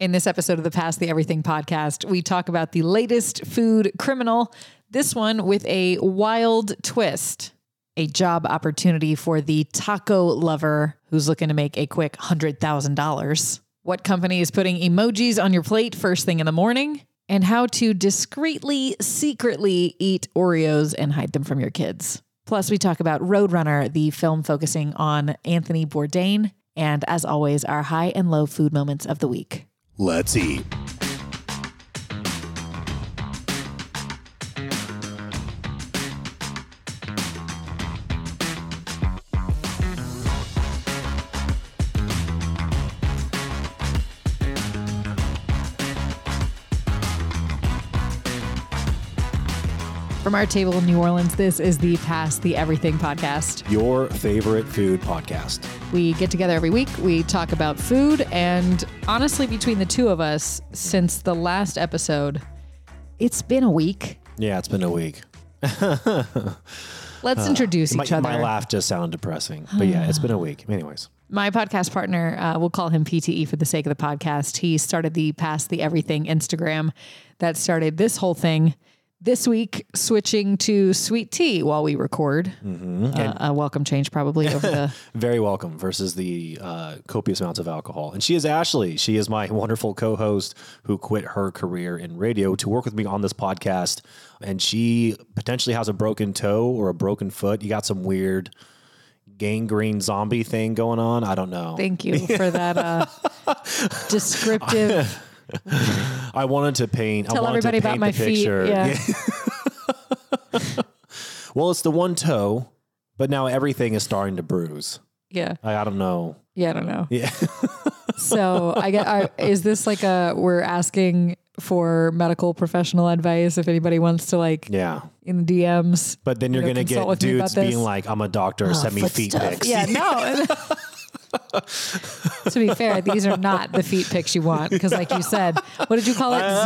In this episode of the Past the Everything podcast, we talk about the latest food criminal, this one with a wild twist, a job opportunity for the taco lover who's looking to make a quick $100,000. What company is putting emojis on your plate first thing in the morning? And how to discreetly, secretly eat Oreos and hide them from your kids. Plus, we talk about Roadrunner, the film focusing on Anthony Bourdain, and as always, our high and low food moments of the week. Let's eat. From our table in New Orleans, this is the Past the Everything podcast. Your favorite food podcast. We get together every week, we talk about food, and honestly, between the two of us, since the last episode, it's been a week. Yeah, it's been a week. Let's introduce My, each other. Ah. my laugh just sounded depressing, but yeah, it's been a week. Anyways, My podcast partner, uh, we'll call him PTE for the sake of the podcast. He started the Past the Everything Instagram that started this whole thing this week, switching to sweet tea while we record. Uh, a welcome change, probably over the. very welcome versus the uh, copious amounts of alcohol. And she is Ashley. She is my wonderful co host who quit her career in radio to work with me on this podcast. And she potentially has a broken toe or a broken foot. You got some weird gangrene zombie thing going on. I don't know. Thank you for that uh, descriptive. I wanted to paint. I Tell wanted everybody to paint about my the feet. picture. Yeah. Well, it's the one toe, but now everything is starting to bruise. yeah. I, I don't know. Yeah. I don't know. Yeah. So I get. Are, is this like a we're asking for medical professional advice if anybody wants to like Yeah. in the DMs? But then you're You know, going to consult get with me about dudes being this. like, I'm a doctor, send me foot feet stuff. pics. Yeah, no. to be fair, these are not the feet pics you want because, like you said, what did you call it? Uh,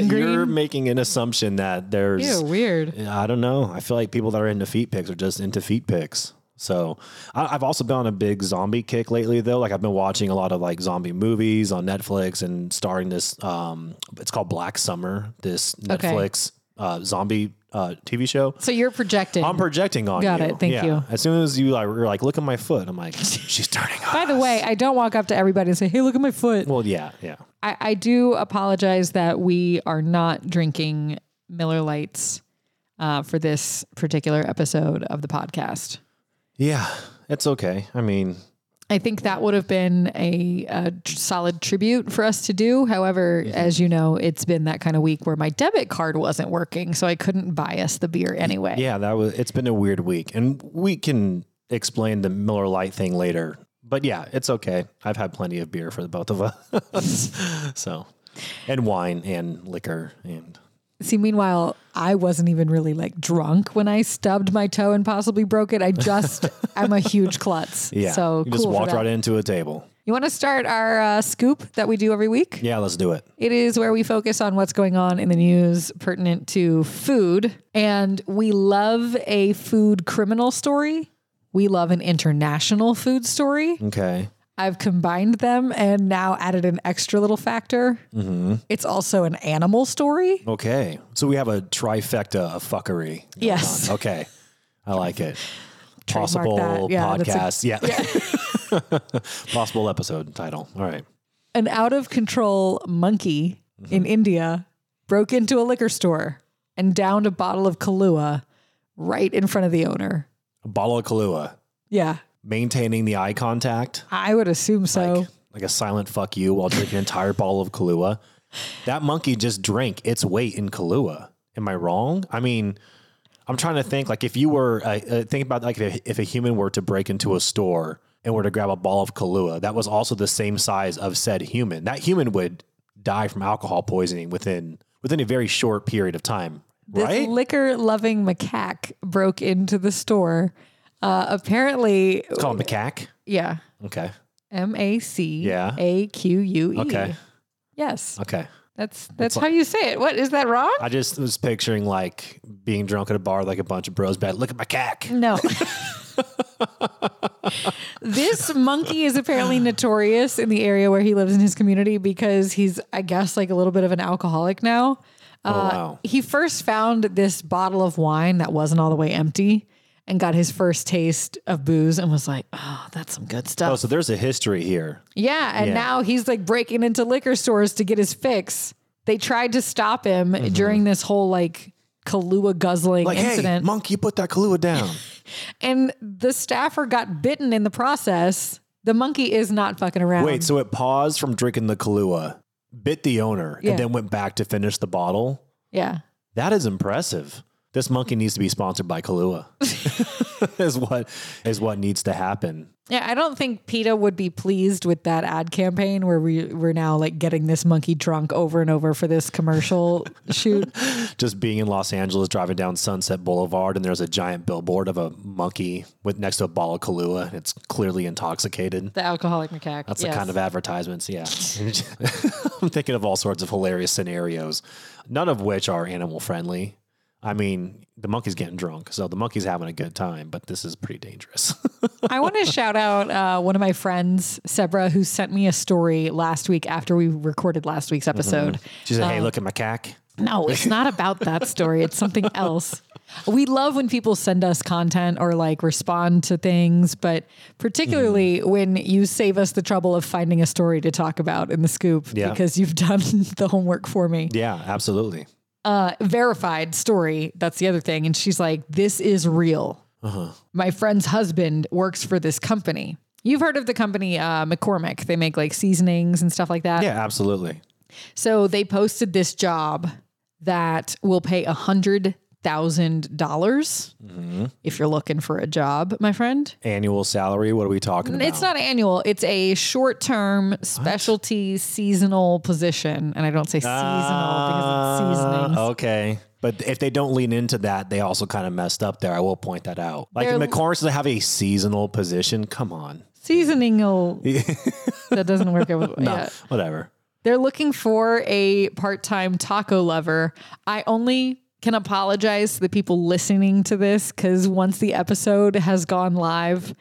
Zombie You're gangrene. making an assumption that there's. Ew, weird. I don't know. I feel like people that are into feet pics are just into feet pics. So I, I've also been on a big zombie kick lately, though. Like I've been watching a lot of like zombie movies on Netflix and starring this. Um, it's called Black Summer. This Okay. Netflix uh, zombie uh, TV show. So you're projecting. I'm projecting on Got you. it. Thank Yeah. you. As soon as you like, were like, look at my foot. I'm like, she's turning. By the way, I don't walk up to everybody and say, "Hey, look at my foot." well, yeah, yeah. I, I do apologize that we are not drinking Miller Lights uh, for this particular episode of the podcast. Yeah, it's okay. I mean, I think that would have been a, a tr- solid tribute for us to do. However, Mm-hmm. as you know, it's been that kind of week where my debit card wasn't working, so I couldn't buy us the beer anyway. yeah, that was it's been a weird week and we can explain the Miller Lite thing later. But yeah, it's okay. I've had plenty of beer for the both of us. so, and wine and liquor and See, meanwhile, I wasn't even really like drunk when I stubbed my toe and possibly broke it. I just, I'm a huge klutz. yeah. So you cool. just for walked that. right into a table. You want to start our uh, scoop that we do every week? Yeah, let's do it. It is where we focus on what's going on in the news pertinent to food. And we love a food criminal story. We love an international food story. Okay. I've combined them and now added an extra little factor. Mm-hmm. It's also an animal story. Okay. So we have a trifecta of fuckery. going Yes. on. Okay. I like it. Trademark Possible that. Yeah, podcast. that's yeah. Possible episode title. All right. An out of control monkey Mm-hmm. in India broke into a liquor store and downed a bottle of Kahlua right in front of the owner. A bottle of Kahlua. Yeah, Maintaining the eye contact. I would assume so. Like a silent fuck you while drinking an entire bottle of Kahlua. That monkey just drank its weight in Kahlua. Am I wrong? I mean, I'm trying to think like if you were, uh, uh, think about like if a, if a human were to break into a store and were to grab a ball of Kahlua, that was also the same size of said human. That human would die from alcohol poisoning within within a very short period of time, This right? liquor loving macaque broke into the store. Uh, apparently, it's called macaque. yeah, Okay. M A C Yeah. A Q U E. Okay. Uh, Yes, Okay. that's that's how you say it. What is that wrong? I just was picturing like being drunk at a bar, like a bunch of bros, bad. Look at my cack. No. This monkey is apparently notorious in the area where he lives in his community because he's, I guess, like a little bit of an alcoholic now. Uh, Oh, wow. He first found this bottle of wine that wasn't all the way empty and got his first taste of booze and was like, oh, that's some good stuff. Oh, so there's a history here. Yeah, and Yeah. now he's like breaking into liquor stores to get his fix. They tried to stop him during this whole like Kahlua guzzling Mm-hmm. Like, hey, incident, monkey, put that Kahlua down. and the staffer got bitten in the process. The monkey is not fucking around. Wait, so it paused from drinking the Kahlua, bit the owner, Yeah. and then went back to finish the bottle. yeah, That is impressive. This monkey needs to be sponsored by Kahlua. is what is what needs to happen. yeah. I don't think PETA would be pleased with that ad campaign where we we're now like getting this monkey drunk over and over for this commercial shoot. Just being in Los Angeles, driving down Sunset Boulevard, and there's a giant billboard of a monkey with next to a bottle of Kahlua, and it's clearly intoxicated. The alcoholic macaque. That's the kind of advertisements, yeah. I'm thinking of all sorts of hilarious scenarios, none of which are animal friendly. I mean, the monkey's getting drunk, so the monkey's having a good time, but this is pretty dangerous. I want to shout out uh, one of my friends, Sebra, who sent me a story last week after we recorded last week's Mm-hmm. episode. she said, Um, "Hey, look at my cack." No, it's not about that story. It's something else. We love when people send us content or like respond to things, but Mm. particularly when you save us the trouble of finding a story to talk about in the scoop Yeah. because you've done the homework for me. Yeah, absolutely. Uh, verified story. That's the other thing. And she's like, this is real. Uh-huh. My friend's husband works for this company. You've heard of the company uh, McCormick. They make like seasonings and stuff like that. Yeah, absolutely. So they posted this job that will pay a hundred thousand dollars if you're looking for a job, my friend. Annual salary? What are we talking about? It's not annual. It's a short-term specialty seasonal position, and I don't say seasonal because it's seasonings. Uh, okay. But if they don't lean into that, they also kind of messed up there. I will point that out. Like They're- McCormick doesn't have a seasonal position. Come on, Seasoningal. that doesn't work out. yeah. whatever. They're looking for a part time taco lover. I only can apologize to the people listening to this because once the episode has gone live,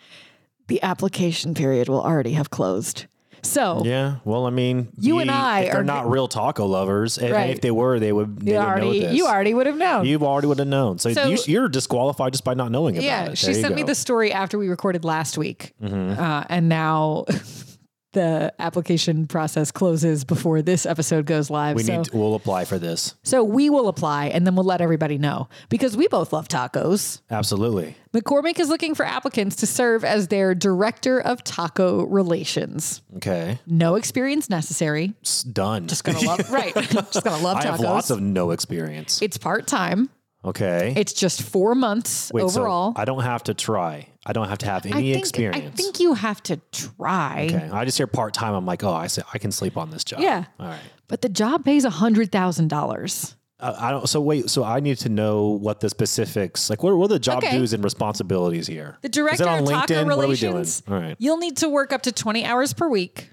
the application period will already have closed. So, Yeah. Well, I mean, You and ye- I if they're are- not real taco lovers. And Right. if they were, they would. They you, would already, know this. you already would have known. You've already would have known. So, So- you, you're disqualified just by not knowing about it. yeah, There she you sent me go. Mm-hmm. the story after we recorded last week. Uh, and now the application process closes before this episode goes live. We so. need. To, we'll apply for this. so we will apply and then we'll let everybody know because we both love tacos. Absolutely. McCormick is looking for applicants to serve as their director of taco relations. Okay. No experience necessary. It's done. Just gonna love right. Just gonna love I have tacos. lots of no experience. it's part time. Okay. It's just four months Wait, so overall. I don't have to try. I don't have to have any I think, experience. I think you have to try. okay. I just hear part time. I'm like, oh, I say I can sleep on this job. Yeah. All right. But the job pays hundred thousand dollars. Uh, I don't. So wait. So I need to know what the specifics. Like, what, what are the job Okay. duties and responsibilities here? The Is director it of on taco LinkedIn? What are we doing? relations. All right. You'll need to work up to twenty hours per week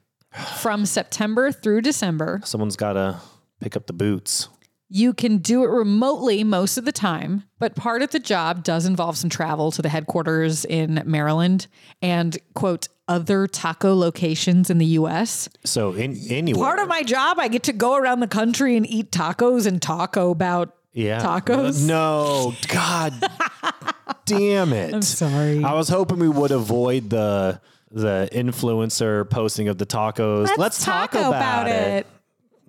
from September through December. Someone's got to pick up the boots. You can do it remotely most of the time, but part of the job does involve some travel to the headquarters in Maryland and, quote, other taco locations in the US. So in anywhere. Part of my job, I get to go around the country and eat tacos and talk about yeah. tacos. No. God. damn it. I'm sorry. I was hoping we would avoid the the influencer posting of the tacos. Let's, talk, about, it.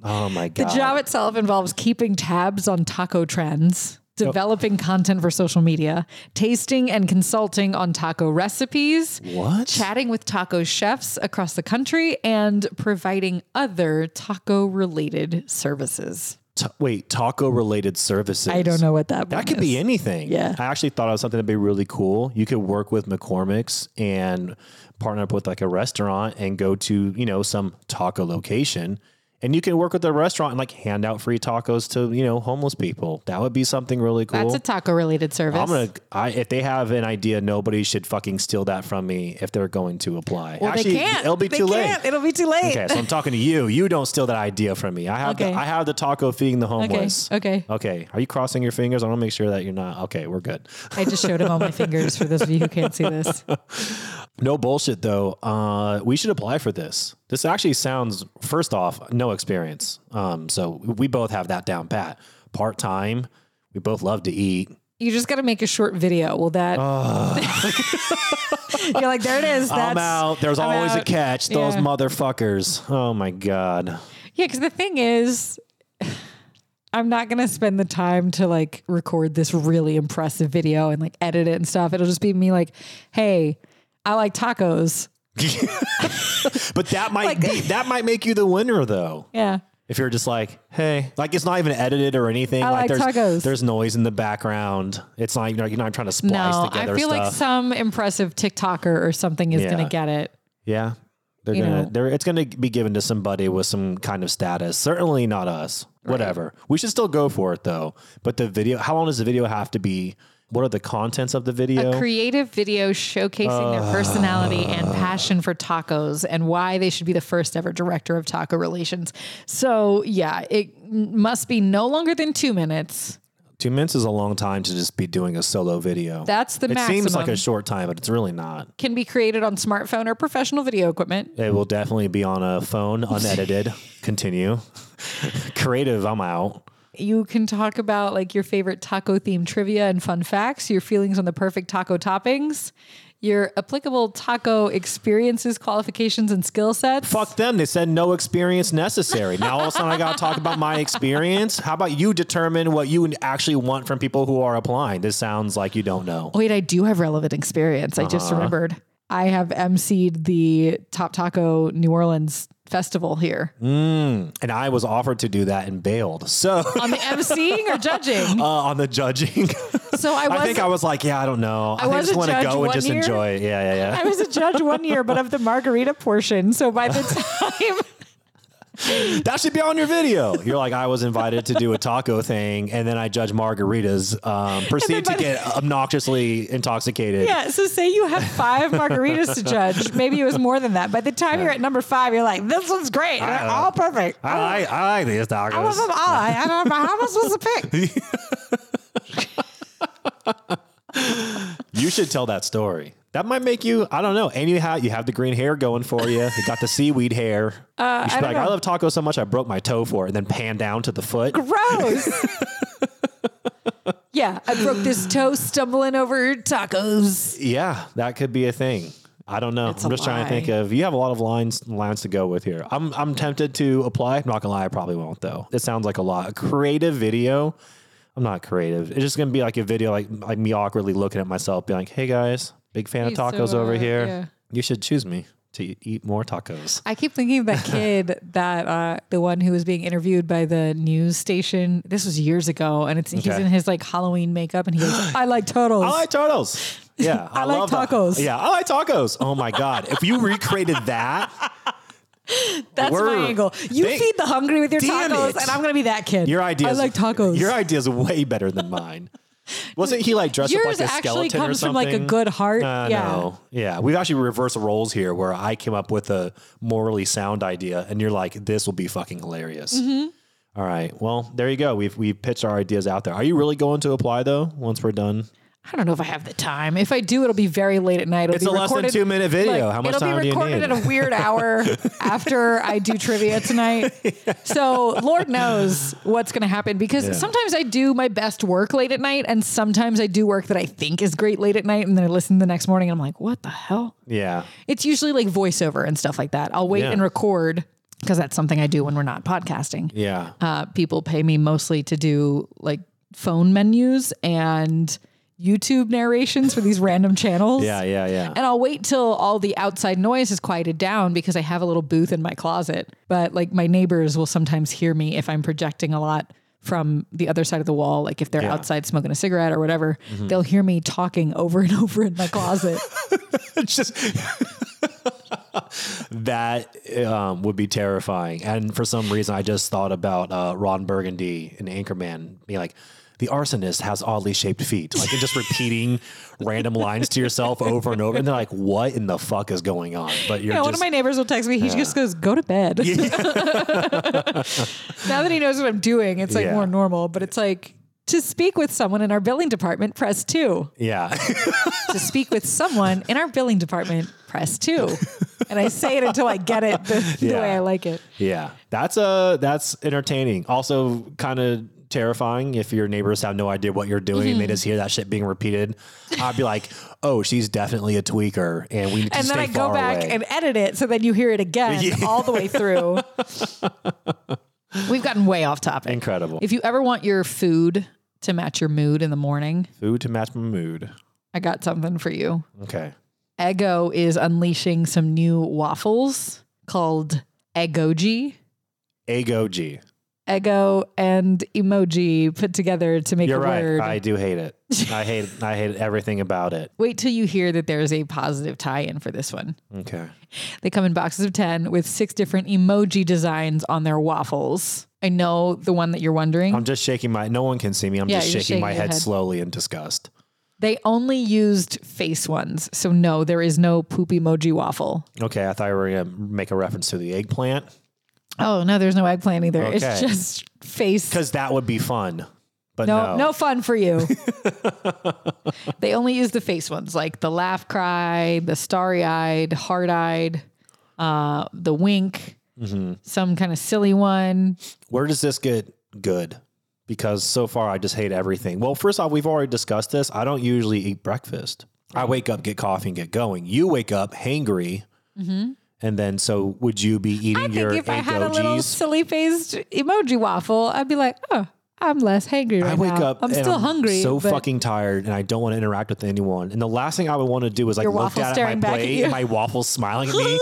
Oh my god. The job itself involves keeping tabs on taco trends, developing content for social media, tasting and consulting on taco recipes. What? chatting with taco chefs across the country and providing other taco related services. Ta- wait, taco related services. I don't know what that That could be anything. Yeah. I actually thought of something that'd be really cool. You could work with McCormick's and partner up with like a restaurant and go to, you know, some taco location. And you can work with the restaurant and like hand out free tacos to, you know, homeless people. That would be something really cool. That's a taco related service. I'm gonna. I if they have an idea, nobody should fucking steal that from me if they're going to apply. Well, Actually, they can't. it'll be They too can't. late. It'll be too late. Okay, so I'm talking to you. You don't steal that idea from me. I have Okay. the, I have the taco feeding the homeless. okay. Okay. Are you crossing your fingers? I want to make sure that you're not. Okay, we're good. I just showed him all my fingers for those of you who can't see this. No bullshit though. Uh, we should apply for this. This actually sounds. First off, no experience. Um, so we both have that down pat. Part time. We both love to eat. You just got to make a short video. Will that? You're like, there it is. That's, I'm out. There's I'm always a out." catch. Those Yeah. motherfuckers. Oh my god. Yeah, because the thing is, I'm not gonna spend the time to like record this really impressive video and like edit it and stuff. It'll just be me like, hey, I like tacos. But that might be, that might make you the winner though. Yeah. If you're just like, hey, like it's not even edited or anything. I like there's tacos. there's noise in the background. It's not you know you're not trying to splice No, I together feel stuff. like some impressive TikToker or something is Yeah. gonna get it. yeah. They're you gonna know. they're it's gonna be given to somebody with some kind of status. Certainly not us. Whatever. We should still go for it though. But the video how long does the video have to be? What are the contents of the video? A creative video showcasing Uh. their personality and passion for tacos and why they should be the first ever director of taco relations. So, yeah, it m- must be no longer than two minutes. Two minutes is a long time to just be doing a solo video. That's the it maximum. seems like a short time, but it's really not. can be created on smartphone or professional video equipment. It will definitely be on a phone, unedited. Continue. Creative, I'm out. You can talk about like your favorite taco themed trivia and fun facts, your feelings on the perfect taco toppings, your applicable taco experiences, qualifications, and skill sets. Fuck them. They said no experience necessary. Now all of a sudden I got to talk about my experience. How about you determine what you actually want from people who are applying? This sounds like you don't know. Wait, I do have relevant experience. I Uh-huh. just remembered. I have emceed the Top Taco New Orleans festival here. Mm. And I was offered to do that and bailed. So On the emceeing or judging? uh, on the judging, So I was I think I was like, yeah, I don't know. I, think I was just a want to judge go and one just year. enjoy it. Yeah, yeah, yeah. I was a judge one year, but of the margarita portion. So by the time that should be on your video. You're like, I was invited to do a taco thing, and then I judge margaritas, um, proceed to by the- get obnoxiously intoxicated. Yeah, so say you have five margaritas to judge. Maybe it was more than that. By the time you're at number five, you're like, this one's great. They're Uh, all perfect. I I, like, I like these I tacos. love them all. I, I don't know how am I supposed to pick. You should tell that story. That might make you, I don't know. And you have, you have the green hair going for you. You got the seaweed hair. you Uh, should I be don't like, know. I love tacos so much I broke my toe for it, and then pan down to the foot. Gross. yeah, I broke this toe stumbling over tacos. Yeah, that could be a thing. I don't know. I'm a just trying to think lie. of. You have a lot of lines lines to go with here. I'm I'm tempted to apply. I'm not gonna lie, I probably won't though. It sounds like a lot. A creative video. I'm not creative. It's just gonna be like a video like like me awkwardly looking at myself, being like, "Hey guys, big fan He's so, of tacos over uh, here. yeah. You should choose me to eat more tacos." I keep thinking of that kid that uh, the one who was being interviewed by the news station. This was years ago, and it's he's Okay. in his like Halloween makeup, and he goes, "I like turtles." I like turtles. Yeah, I like that. tacos. Yeah, I like tacos. Oh my god, if you recreated that, That's Word. my angle. You They- feed the hungry with your Damn tacos, it. and I'm gonna be that kid. Your idea. I is- like tacos. Your idea is way better than mine. Wasn't he like dressed Yours up like a actually skeleton or comes something? from like a good heart. Uh, yeah. No. Yeah. We've actually reversed roles here where I came up with a morally sound idea and you're like, this will be fucking hilarious. Mm-hmm. All right. Well, there you go. We've we've pitched our ideas out there. Are you really going to apply though once we're done? I don't know if I have the time. If I do, it'll be very late at night. It'll It's be a less than recorded- two-minute video. Look, How much it'll time do be you recorded need? at a weird hour after I do trivia tonight. So Lord knows what's going to happen because sometimes I do my best work late at night, and sometimes I do work that I think is great late at night, and then I listen the next morning and I'm like, what the hell? Yeah. It's usually like voiceover and stuff like that. I'll wait Yeah. and record because that's something I do when we're not podcasting. Yeah. Uh, people pay me mostly to do like phone menus and YouTube narrations for these random channels. Yeah, yeah, yeah. And I'll wait till all the outside noise is quieted down because I have a little booth in my closet. But like my neighbors will sometimes hear me if I'm projecting a lot from the other side of the wall. Like if they're outside smoking a cigarette or whatever, Mm-hmm. they'll hear me talking over and over in my closet. It's just that um, would be terrifying. And for some reason, I just thought about uh, Ron Burgundy in Anchorman being like, the arsonist has oddly shaped feet. Like, and just repeating random lines to yourself over and over. And they're like, what in the fuck is going on? But you're Yeah, one just, of my neighbors will text me. He just goes, "Go to bed." now that he knows what I'm doing, it's like Yeah. more normal. But it's like To speak with someone in our billing department, press two. Yeah. To speak with someone in our billing department, press two. And I say it until I get it the, the Yeah. way I like it. yeah. That's uh that's entertaining. Also kind of terrifying if your neighbors have no idea what you're doing Mm-hmm. and they just hear that shit being repeated. I'd be like, "Oh, she's definitely a tweaker and we need to And then stay I go far back away." and edit it so then you hear it again all the way through. We've gotten way off topic. Incredible. If you ever want your food to match your mood in the morning, Food to match my mood. I got something for you. Okay. Eggo is unleashing some new waffles called Eggoji. Ego G. Eggo and emoji put together to make You're a right. word. I do hate it. I hate I hate everything about it. Wait till you hear that there's a positive tie in for this one. Okay. They come in boxes of 10 with six different emoji designs on their waffles. I know the one that you're wondering. I'm just shaking my no one can see me. I'm Yeah, just you're shaking, my shaking your head, head. slowly in disgust. they only used face ones. So, no, there is no poop emoji waffle. Okay, I thought we were gonna make a reference to the eggplant. Oh, no, there's no eggplant either. It's Okay. just face. Because that would be fun. But No, Uh, no. no, fun for you. they only use the face ones, like the laugh cry, the starry eyed, hard eyed, uh, the wink, Mm-hmm. some kind of silly one. Where does this get good? Because so far I just hate everything. Well, first off, we've already discussed this. I don't usually eat breakfast. I wake up, get coffee, and get going. You wake up hangry. And then so would you be eating Mm-hmm. I your think if I had a little eggogies? silly faced emoji waffle, I'd be like, oh, I'm less hangry right I wake now. up. I'm and still I'm hungry. So but fucking tired, and I don't want to interact with anyone. And the last thing I would want to do is like Your look waffle down at staring my back at plate, you. and my waffle's smiling at me.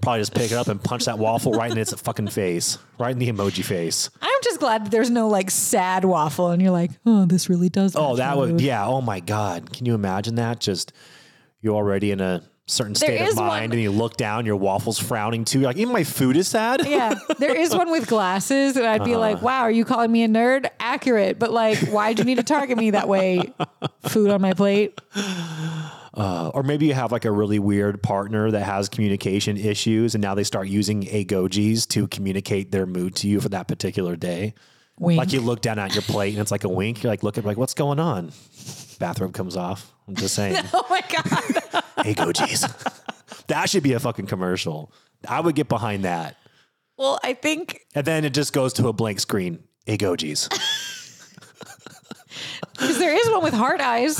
Probably just pick it up and punch that waffle right in its fucking face, right in the emoji face. I'm just glad that there's no like sad waffle, and you're like, oh, this really does. Oh, that would yeah. Oh my god, can you imagine that? Just you're already in a certain state is of one- mind, and you look down, your waffle's frowning too. You're like even my food is sad. Yeah, there is one with glasses, and I'd be Uh-huh. like, "Wow, are you calling me a nerd?" Accurate, but like, why'd you need to target me that way? Food on my plate. Uh, or maybe you have like a really weird partner that has communication issues, and now they start using agogis to communicate their mood to you for that particular day. Wink. Like you look down at your plate and it's like a wink. You're like, look at like, what's going on? Bathroom comes off. I'm just saying, oh my god, hey, go geez. that should be a fucking commercial. I would get behind that. Well, I think And then it just goes to a blank screen. Hey, go geez. because there is one with hard eyes.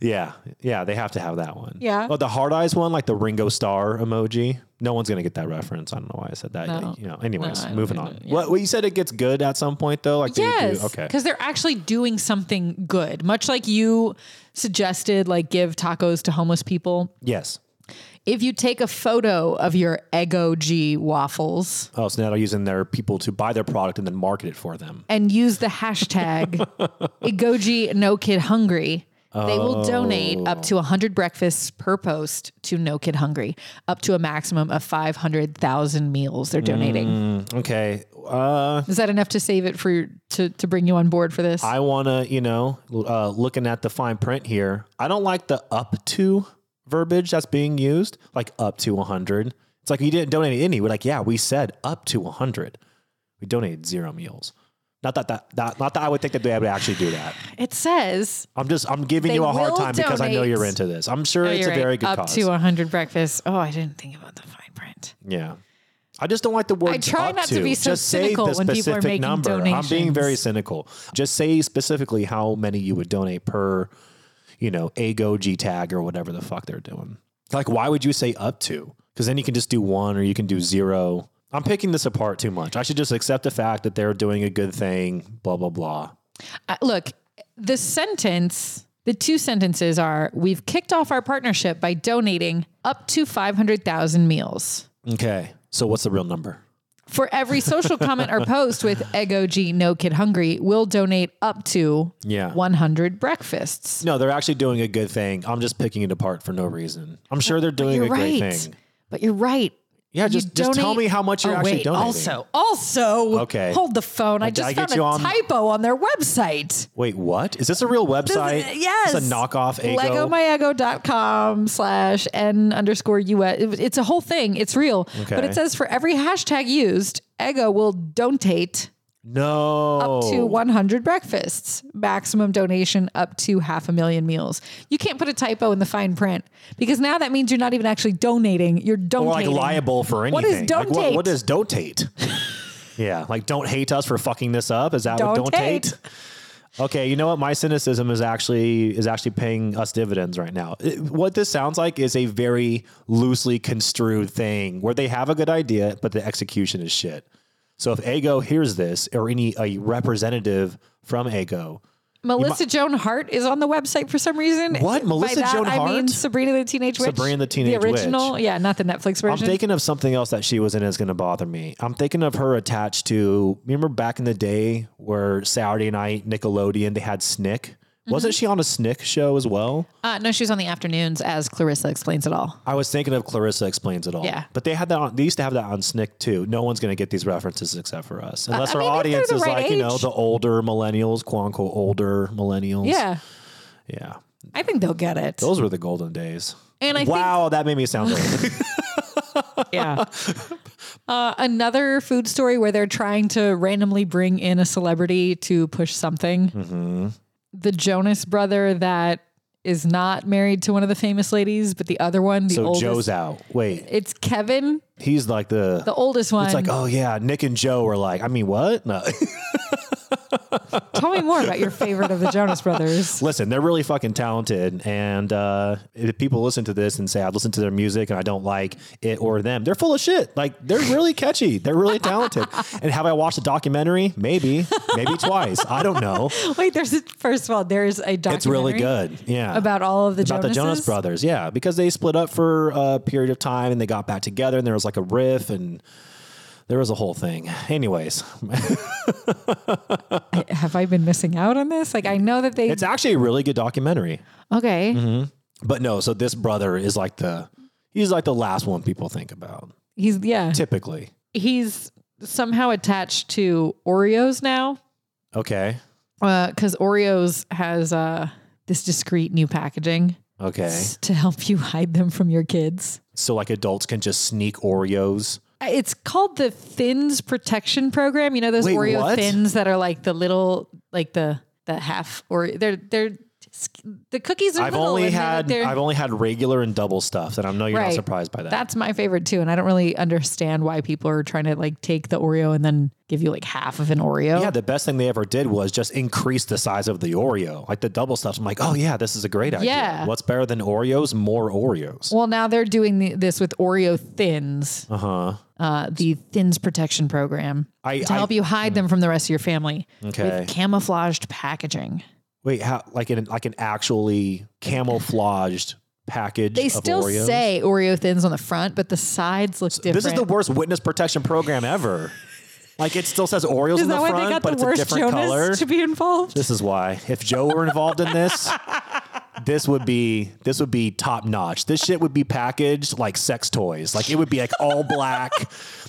Yeah. Yeah. They have to have that one. Yeah. Oh, the hard eyes one, like the Ringo Star emoji. No one's going to get that reference. I don't know why I said that. No. You know, anyways, No, I don't moving get on. it. What, what you said it gets good at some point though? Like they do- Yes, okay. because they're actually doing something good, much like you suggested, like give tacos to homeless people. Yes. If you take a photo of your Eggo G waffles. Oh, so now they're using their people to buy their product and then market it for them. and use the hashtag Igoji No Kid Hungry. They will donate up to 100 breakfasts per post to No Kid Hungry, up to a maximum of 500,000 meals they're donating. Mm. Okay. Uh, Is that enough to save it for to, to bring you on board for this? I want to, you know, uh, looking at the fine print here, I don't like the up to verbiage that's being used, like up to 100. It's like you didn't donate any. We're like, yeah, we said up to 100. We donated zero meals. Not that, that, that not that I would think that they would actually do that. it says I'm just I'm giving They you a hard will time because I know donate- you're into this. I'm sure Oh, it's you're a right, very good up cause. to 100 breakfasts. Oh, I didn't think about the fine print. yeah. I just don't like the word. I try up not to be so just cynical say the when people are specific making number. I'm being very donations. cynical. Just say specifically how many you would donate per, you know, ego G tag or whatever the fuck they're doing. Like, why would you say up to? Because then you can just do one or you can do zero. I'm picking this apart too much. I should just accept the fact that they're doing a good thing. Blah blah blah. Uh, look, the sentence, the two sentences are we've kicked off our partnership by donating up to 500,000 meals. Okay. So what's the real number? For every social comment or post with Ego G No Kid Hungry, we'll donate up to Yeah. 100 breakfasts. No, they're actually doing a good thing. I'm just picking it apart for no reason. I'm sure they're doing You're a great right. thing. But you're right. Yeah, You just just tell donate- me how much you're Oh, actually wait, donating. Also, also, Okay. hold the phone. I just I get found a you on- typo on their website. Wait, what? Is this a real website? This- yes. It's a knockoff Ego. LegoMyego.com slash N underscore US. It- It's a whole thing. It's real. But Okay. it says for every hashtag used, Ego will donate No. up to 100 breakfasts. Maximum donation up to half a million meals. You can't put a typo in the fine print because now that means you're not even actually donating. You're Or like donating. liable for anything. What is Like, what, don'tate? what is dotate? yeah, like don't hate us for fucking this up. Is that what Don'tate. dotate? Okay, you know what? My cynicism is actually is actually paying us dividends right now. It- what this sounds like is a very loosely construed thing where they have a good idea, but the execution is shit. So if Ego hears this, or any a representative from Ego, Melissa Joan Hart is on the website for some reason. What? By Melissa that, Joan I mean Hart? Sabrina the Teenage Witch. Sabrina the Teenage The original. Yeah, not the Netflix I'm version. thinking of something else that she was in is going to bother me. I'm thinking of her attached to. Remember back in the day where Saturday night Nickelodeon they had Snick. Mm-hmm. Wasn't she on a Snick show as well? uh, no, she's on the afternoons as Clarissa explains it all. I was thinking of Clarissa explains it all. Yeah. but they had that. On, they used to have that on Snick too. No one's going to get these references except for us, unless I mean, our if they're audience the is right like you know age. the older millennials, quote unquote older millennials. Yeah, yeah. I think they'll get it. Those were the golden days. And I think- wow, that made me sound old. yeah. Uh, another food story where they're trying to randomly bring in a celebrity to push something. Mm-hmm. The Jonas brother that is not married to one of the famous ladies, but the other one, the so oldest. Joe's out. Wait, it's Kevin, he's like the the oldest one. It's like, oh yeah, Nick and Joe were like, I mean, what? No. Tell me more about your favorite of the Jonas brothers. listen, they're really fucking talented, and uh, if people listen to this and say I've listened to their music and I don't like it or them, they're full of shit. Like they're really catchy, they're really talented. and have I watched a documentary? Maybe, maybe twice. I don't know. Wait, there's a, first of all, there's a documentary It's really good. Yeah. about all of the about the Jonas Jonases? Brothers, yeah, because they split up for a period of time and they got back together, and there was like a riff, and there was a whole thing. Anyways, Have I been missing out on this? Like, I know that they. it's Mm-hmm. actually a really good documentary. okay. But no, so this brother is like the he's like the last one people think about He's, yeah. typically. He's somehow attached to Oreos now. Okay. because Uh, Oreos has uh, this discreet new packaging Okay. s- to help you hide them from your kids. So like adults can just sneak Oreos. Uh, It's called the Thins Protection Program. You know those Wait, Oreo what? thins that are like the little, like the the half or they're they're sk- the cookies are I've little. only and they're- had they're- I've only had regular and double stuff, and I know you're Right. not surprised by that. that's my favorite too, and I don't really understand why people are trying to like take the Oreo and then give you like half of an Oreo. yeah, the best thing they ever did was just increase the size of the Oreo. Like the double stuffs, I'm like, oh yeah, this is a great idea. Yeah. What's better than Oreos? More Oreos. Well, now they're doing the, this with Oreo Thins, Uh huh. uh, the Thins Protection Program. I, to I help you hide them from the rest of your family Okay. with camouflaged packaging. wait. How like an like an actually camouflaged package? They of still Oreos? say Oreo thins on the front, but the sides look different. This is the worst witness protection program ever. like it still says Orioles Is in the that why front, they got but the it's a worst different Jonas color. to be involved? This is why. If Joe were involved in this, this would be this would be top notch. This shit would be packaged like sex toys. Like it would be like all black.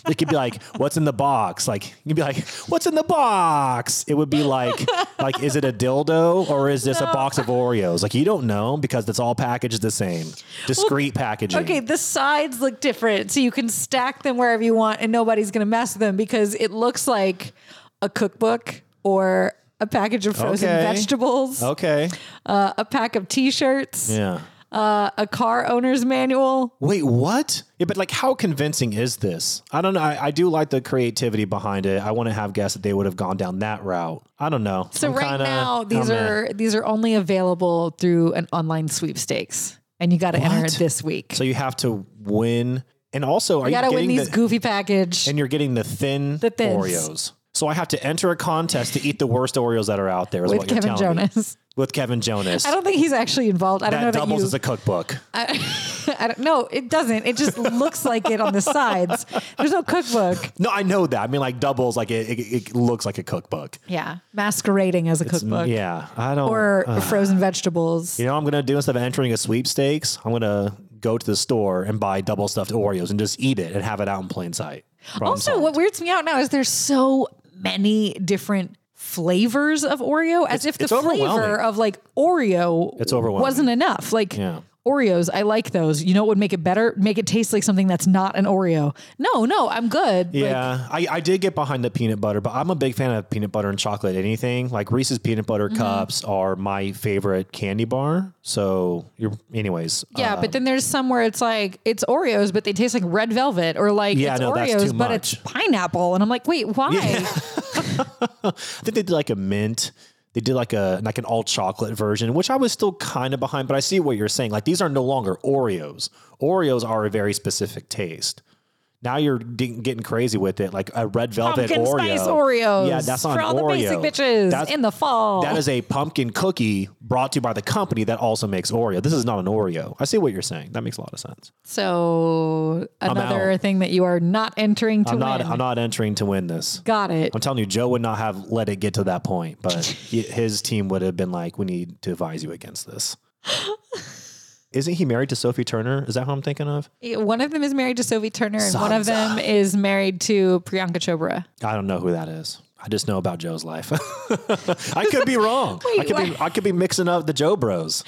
It could be like, what's in the box? Like you'd be like, what's in the box? It would be like, like is it a dildo or is this a box of Oreos? Like you don't know because it's all packaged the same, discreet packaging. Okay, the sides look different, so you can stack them wherever you want, and nobody's gonna mess with them because it looks like a cookbook or a package of frozen Okay. vegetables, Okay. uh, a pack of T-shirts, Yeah. uh, a car owner's manual. Wait, what? Yeah, but like, how convincing is this? I don't know. I, I do like the creativity behind it. I wouldn't have guessed that they would have gone down that route. I don't know. So I'm right kinda- now, these I'm, uh, are these are only available through an online sweepstakes, and you got to enter What? it this week. So you have to win, and also are you you, got to win getting these the, goofy package. and you're getting the thin The thins. Oreos. So I have to enter a contest to eat the worst Oreos that are out there. Is With what you're Kevin telling me. Jonas. With Kevin Jonas. I don't think he's actually involved. I don't that know that doubles you. as a cookbook. I, I don't. No, it doesn't. It just looks like it on the sides. There's no cookbook. No, I know that. I mean, like doubles, like it, it, it looks like a cookbook. Yeah, masquerading as a cookbook Yeah, Uh, I don't. or frozen vegetables. You know, what I'm gonna do instead of entering a sweepstakes, I'm gonna go to the store and buy double stuffed Oreos and just eat it and have it out in plain sight. Problem Also, solved. what weirds me out now is there's so many different flavors of Oreo as if the it's overwhelming. flavor of like Oreo It's overwhelming. wasn't enough. Like Yeah. Oreos, I like those. You know what would make it better? Make it taste like something that's not an Oreo. No, no, I'm good. Like, Yeah, I, I did get behind the peanut butter, but I'm a big fan of peanut butter and chocolate. Anything like Reese's peanut butter Mm-hmm. cups are my favorite candy bar. So, you're, anyways, uh, yeah, but then there's some where it's like it's Oreos, but they taste like red velvet, or like Yeah, it's no, that's Oreos, too but it's much. pineapple, and I'm like, wait, why? I think they did like a mint. They did like a like an all chocolate version, which I was still kind of behind. But I see what you're saying. Like these are no longer Oreos. Oreos are a very specific taste. Now you're d- getting crazy with it, like a red velvet Pumpkin Oreo. spice Oreos. Yeah, that's not for an all Oreo. the basic bitches That's- in the fall. That is a pumpkin cookie brought to you by the company that also makes Oreo. This is not an Oreo. I see what you're saying. That makes a lot of sense. so another out. thing that you are not entering to I'm win. not. I'm not entering to win this. Got it. I'm telling you, Joe would not have let it get to that point, but he- his team would have been like, "We need to advise you against this." Isn't he married to Sophie Turner? Is that who I'm thinking of? Eh, One of them is married to Sophie Turner, and one of Sansa. them is married to Priyanka Chopra. I don't know who that is. I just know about Joe's life. I could be wrong. I Wait, could be. what? I could be mixing up the Joe Bros.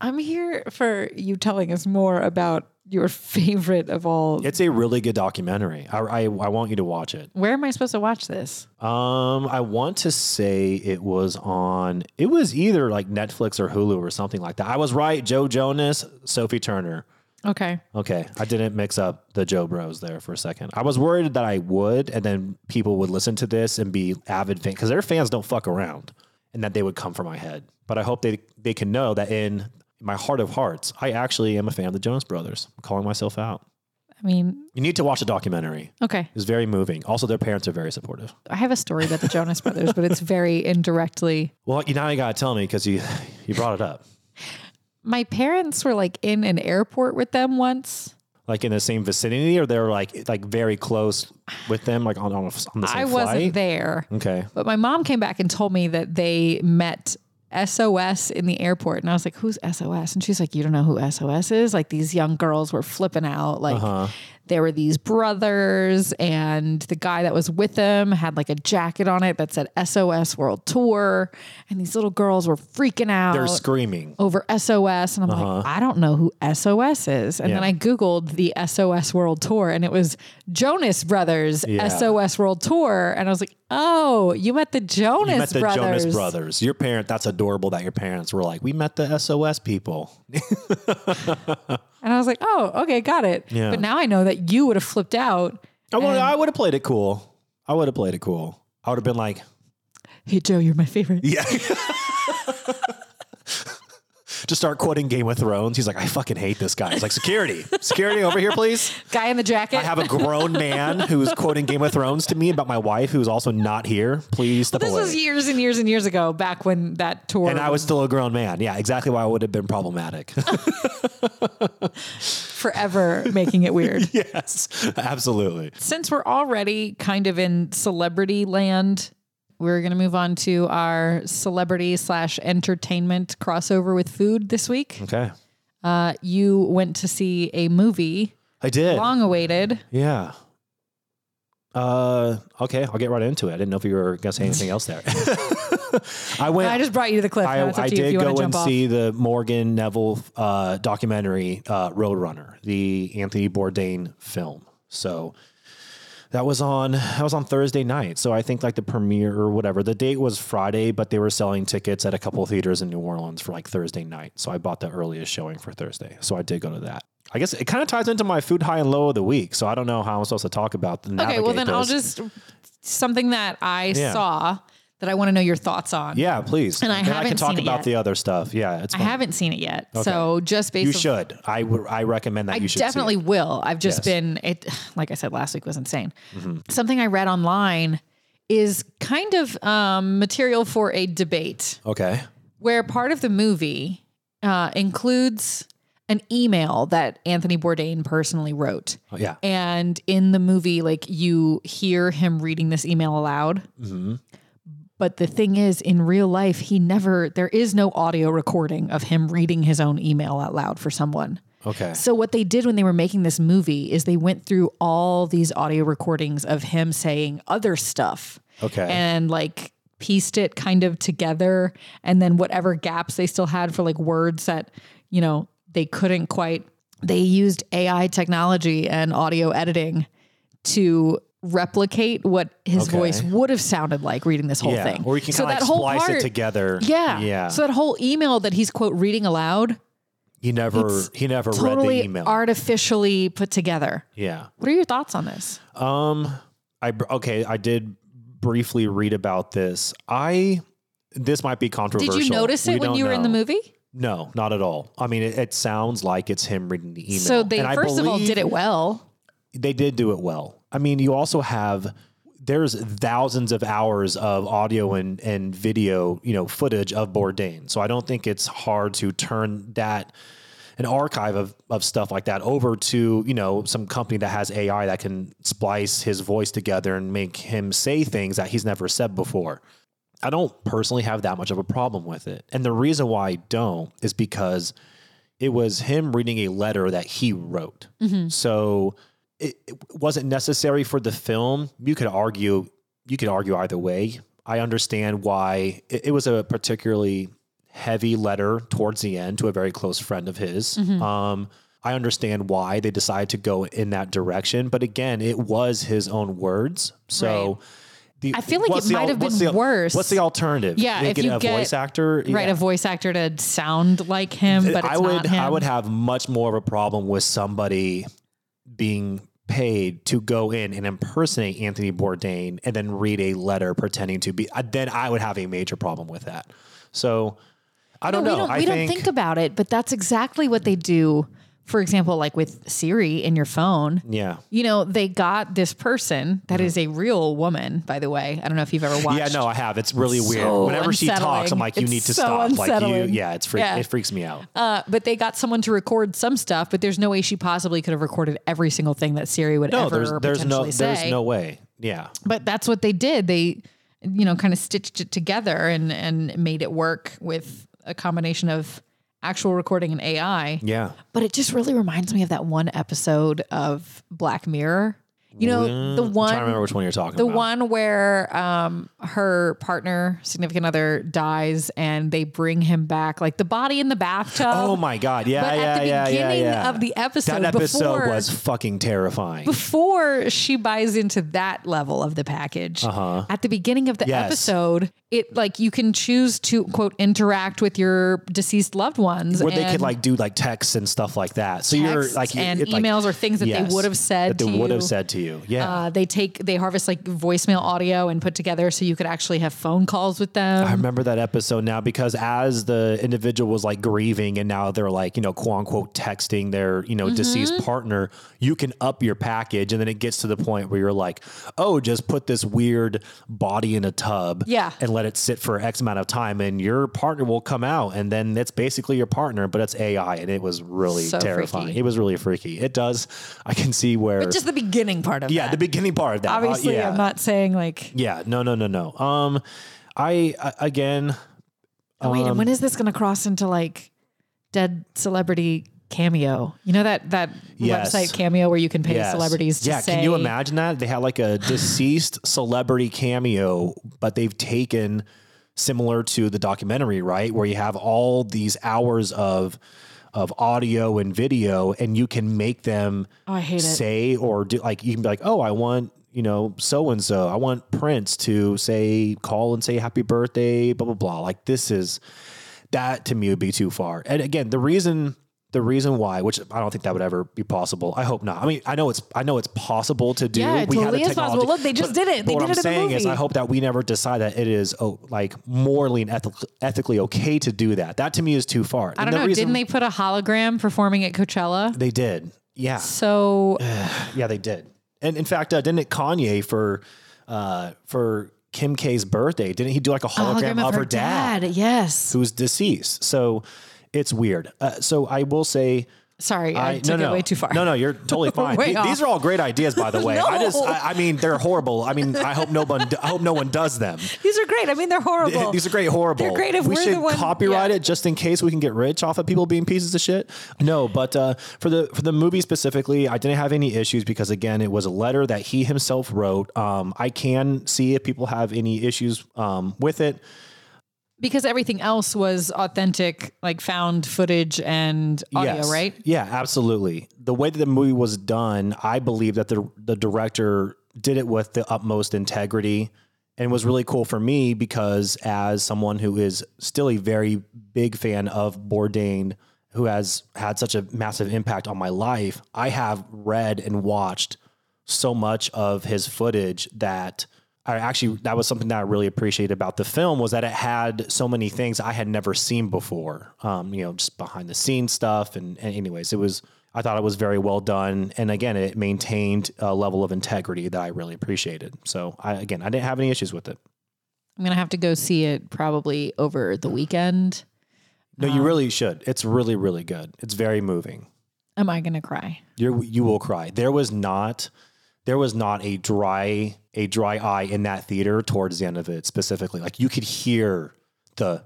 I'm here for you telling us more about your favorite of all. It's a really good documentary. I, I, I want you to watch it. Where am I supposed to watch this? Um, I want to say it was on. It was either like Netflix or Hulu or something like that. I was right. Joe Jonas, Sophie Turner. Okay. Okay, I didn't mix up the Joe Bros there for a second. I was worried that I would, and then people would listen to this and be avid fans because their fans don't fuck around, and that they would come for my head. But I hope they they can know that in my heart of hearts, I actually am a fan of the Jonas Brothers. I'm calling myself out. I mean, You need to watch the documentary. okay. It's very moving. Also, their parents are very supportive. I have a story about the Jonas Brothers, but it's very indirectly. Well, you now you gotta tell me because you you brought it up, My parents were like in an airport with them once. like in the same vicinity, or they're like like very close with them, like on on, a, on the same I flight. wasn't there. Okay. But my mom came back and told me that they met SOS in the airport. And I was like, who's SOS? And she's like, you don't know who SOS is? Like these young girls were flipping out. Like there were these brothers, and the guy that was with them had like a jacket on it that said SOS World Tour. And these little girls were freaking out. They're screaming. over SOS, and I'm like, I don't know who SOS is. And then Uh-huh. I Yeah. Googled the SOS World Tour, and it was Jonas Brothers Yeah. SOS World Tour. And I was like, oh, you met the Jonas You met the Brothers. Jonas Brothers. Your parent, that's adorable that your parents were like, we met the SOS people. And I was like, oh, okay, got it. Yeah. But now I know that you would have flipped out. I would, I would have played it cool. I would have played it cool. I would have been like, Hey, Joe, you're my favorite. yeah. Just start quoting Game of Thrones. He's like, I fucking hate this guy. He's like, security, security over here, please. Guy in the jacket. I have a grown man who's quoting Game of Thrones to me about my wife who's also not here. Please step this away. was years and years and years ago, back when that tour. and I was still a grown man. Yeah, exactly why I would have been problematic. forever making it weird. yes, absolutely. since we're already kind of in celebrity land, we're going to move on to our celebrity slash entertainment crossover with food this week. Okay. Uh, you went to see a movie, I did. long awaited. Yeah. Uh, okay, I'll get right into it. I didn't know if you were gonna say anything else there. I went. I I, just brought you to the cliff. Now I, it's up to you if did you want go to and jump off. see the Morgan Neville uh, documentary, uh, Roadrunner, the Anthony Bourdain film. So that was on that was on Thursday night. So I think like the premiere or whatever. The date was Friday, but they were selling tickets at a couple of theaters in New Orleans for like Thursday night. So I bought the earliest showing for Thursday. So I did go to that. I guess it kind of ties into my food high and low of the week. So I don't know how I'm supposed to talk about the Okay, well, navigate then I'll this. just something that I Yeah. saw that I want to know your thoughts on. Yeah, please. And I then I haven't can talk seen it about yet. the other stuff. Yeah, it's I fine. haven't seen it yet. So just based you on should. I would I recommend that you should see it. definitely will. I've just Yes. Mm-hmm. been it like I said last week was insane. Something I read online is kind of um, material for a debate Okay. where part of the movie uh, includes an email that Anthony Bourdain personally wrote. Oh, yeah. And in the movie, like you hear him reading this email aloud. Mm-hmm. But the thing is, in real life, he never, there is no audio recording of him reading his own email out loud for someone. Okay. So what they did when they were making this movie is they went through all these audio recordings of him saying other stuff Okay. and like pieced it kind of together and then whatever gaps they still had for like words that, you know, they couldn't quite. They used AI technology and audio editing to replicate what his Okay. voice would have sounded like reading this whole yeah. thing. Or you can So kind of that like whole splice part- it together. Yeah. Yeah. So that whole email that he's quote reading aloud, he never it's he never read the totally email. artificially put together. yeah. What are your thoughts on this? Um, I br- okay. I did briefly read about this. I this might be controversial. Did you notice We it when don't you were in the know. movie? No, not at all. I mean, it, it sounds like it's him reading the email. So they And I first of all believe did it well. They did do it well. I mean, you also have there's thousands of hours of audio and and video, you know, footage of Bourdain. So I don't think it's hard to turn that an archive of, of stuff like that over to you know some company that has AI that can splice his voice together and make him say things that he's never said before. I don't personally have that much of a problem with it, and the reason why I don't is because it was him reading a letter that he wrote. Mm-hmm. Mm. So it, it wasn't necessary for the film. You could argue you could argue either way. I understand why it, it was a particularly heavy letter towards the end to a very close friend of his. Mm-hmm. Um, I understand why they decided to go in that direction, but again, it was his own words. So the, I feel like it what's the might al- have what's been the al- worse. What's the alternative? Yeah, They if get you a get- voice actor, Right, Yeah. a voice actor to sound like him, but it's I would not him. I would have much more of a problem with somebody being paid to go in and impersonate Anthony Bourdain and then read a letter pretending to be. I- Then I would have a major problem with that. So I don't No, know. we don't, I we think, don't think about it, but that's exactly what they do. For example, like with Siri in your phone, yeah. Mm-hmm. you know, they got this person that is a real woman, by the way. I don't know if you've ever watched. Yeah, no, I have. It's really weird. so Whenever she talks, I'm unsettling. like, you It's need to so stop. Like unsettling. you, yeah, it's freak, Yeah. it freaks me out. Uh, but they got someone to record some stuff, but there's no way she possibly could have recorded every single thing that Siri would No, ever there's there's no potentially say. there's no way. Yeah, but that's what they did. They, you know, kind of stitched it together and and made it work with a combination of actual recording and AI. yeah. But it just really reminds me of that one episode of Black Mirror. You know, the I'm trying to one remember which one you're talking the about. one where um her partner, significant other dies and they bring him back like the body in the bathtub. Oh my god! Yeah, But yeah, at the yeah, yeah, beginning yeah. of the episode, that episode before- was fucking terrifying. before she buys into that level of the package at the beginning of the Uh-huh. Yes. episode it like you can choose to quote interact with your deceased loved ones where they and could like do like texts and stuff like that. So you're texts like and it, like- emails or things that they yes, would have said that they to would have you. said to you. Yeah, uh, they take they harvest like voicemail audio and put together so you could actually have phone calls with them I remember that episode now because as the individual was like grieving and now they're like you know quote unquote texting their you know Mm-hmm. deceased partner, you can up your package and then it gets to the point where you're like, oh, just put this weird body in a tub, Yeah. and let it sit for X amount of time and your partner will come out and then it's basically your partner, but it's AI and it was really So terrifying. freaky. It was really freaky. It does. I can see where. just the beginning part of Yeah, that. the beginning part of that. Uh, obviously yeah. i'm not saying like yeah, no, no, no, no. Um, I, I again, oh, Um, wait and when is this going to cross into like dead celebrity cameo you know that that Yes. website cameo where you can pay yes. celebrities to yeah, say can you imagine that they had like a deceased celebrity cameo, but they've taken similar to the documentary, right, where you have all these hours of of audio and video, and you can make them Oh, I hate it. say or do like you can be like, oh, I want you know so and so, I want Prince to say call and say happy birthday, blah blah blah. Like this is that to me would be too far. And again, the reason the reason why, which I don't think that would ever be possible. I hope not. I mean, I know it's I know it's possible to do. Yeah, it totally is possible. Look, they just did it. They what did it I'm in the saying is, movie. I hope that we never decide that it is oh, like morally and ethically, ethically okay to do that. That to me is too far. I don't know. didn't they put a hologram performing at Coachella? They did. Yeah, So yeah, they did. And in fact, uh, didn't Kanye for uh, for Kim K's birthday? Didn't he do Oh, like a hologram, of, her dad, Yes. who's deceased? So it's weird. Uh, so I will say. Sorry, I, I- took it way too far. No, no, you're totally fine. Way Th- These off. are all great ideas, by the way. I just, No. I, I mean, they're horrible. I mean, I hope no one, I hope no one does them. These are great. I mean, they're horrible. These are great, horrible. They're great if we we're should the one- copyright yeah. it just in case we can get rich off of people being pieces of shit. No, but uh, for the for the movie specifically, I didn't have any issues because again, it was a letter that he himself wrote. Um, I can see if people have any issues um, with it. because everything else was authentic, like found footage and audio, Yes. right? Yeah, absolutely. The way that the movie was done, I believe that the the director did it with the utmost integrity and was really cool for me because as someone who is still a very big fan of Bourdain who has had such a massive impact on my life, I have read and watched so much of his footage that I actually that was something that I really appreciated about the film was that it had so many things I had never seen before. Um, you know, just behind the scenes stuff and, and anyways, it was I thought it was very well done and again it maintained a level of integrity that I really appreciated. So I again I didn't have any issues with it. I'm gonna have to go see it probably over the weekend. No, you really should. It's really, really good. It's very moving. Am I gonna cry? you you will cry. There was not there was not a dry a dry eye in that theater towards the end of it specifically. Like you could hear the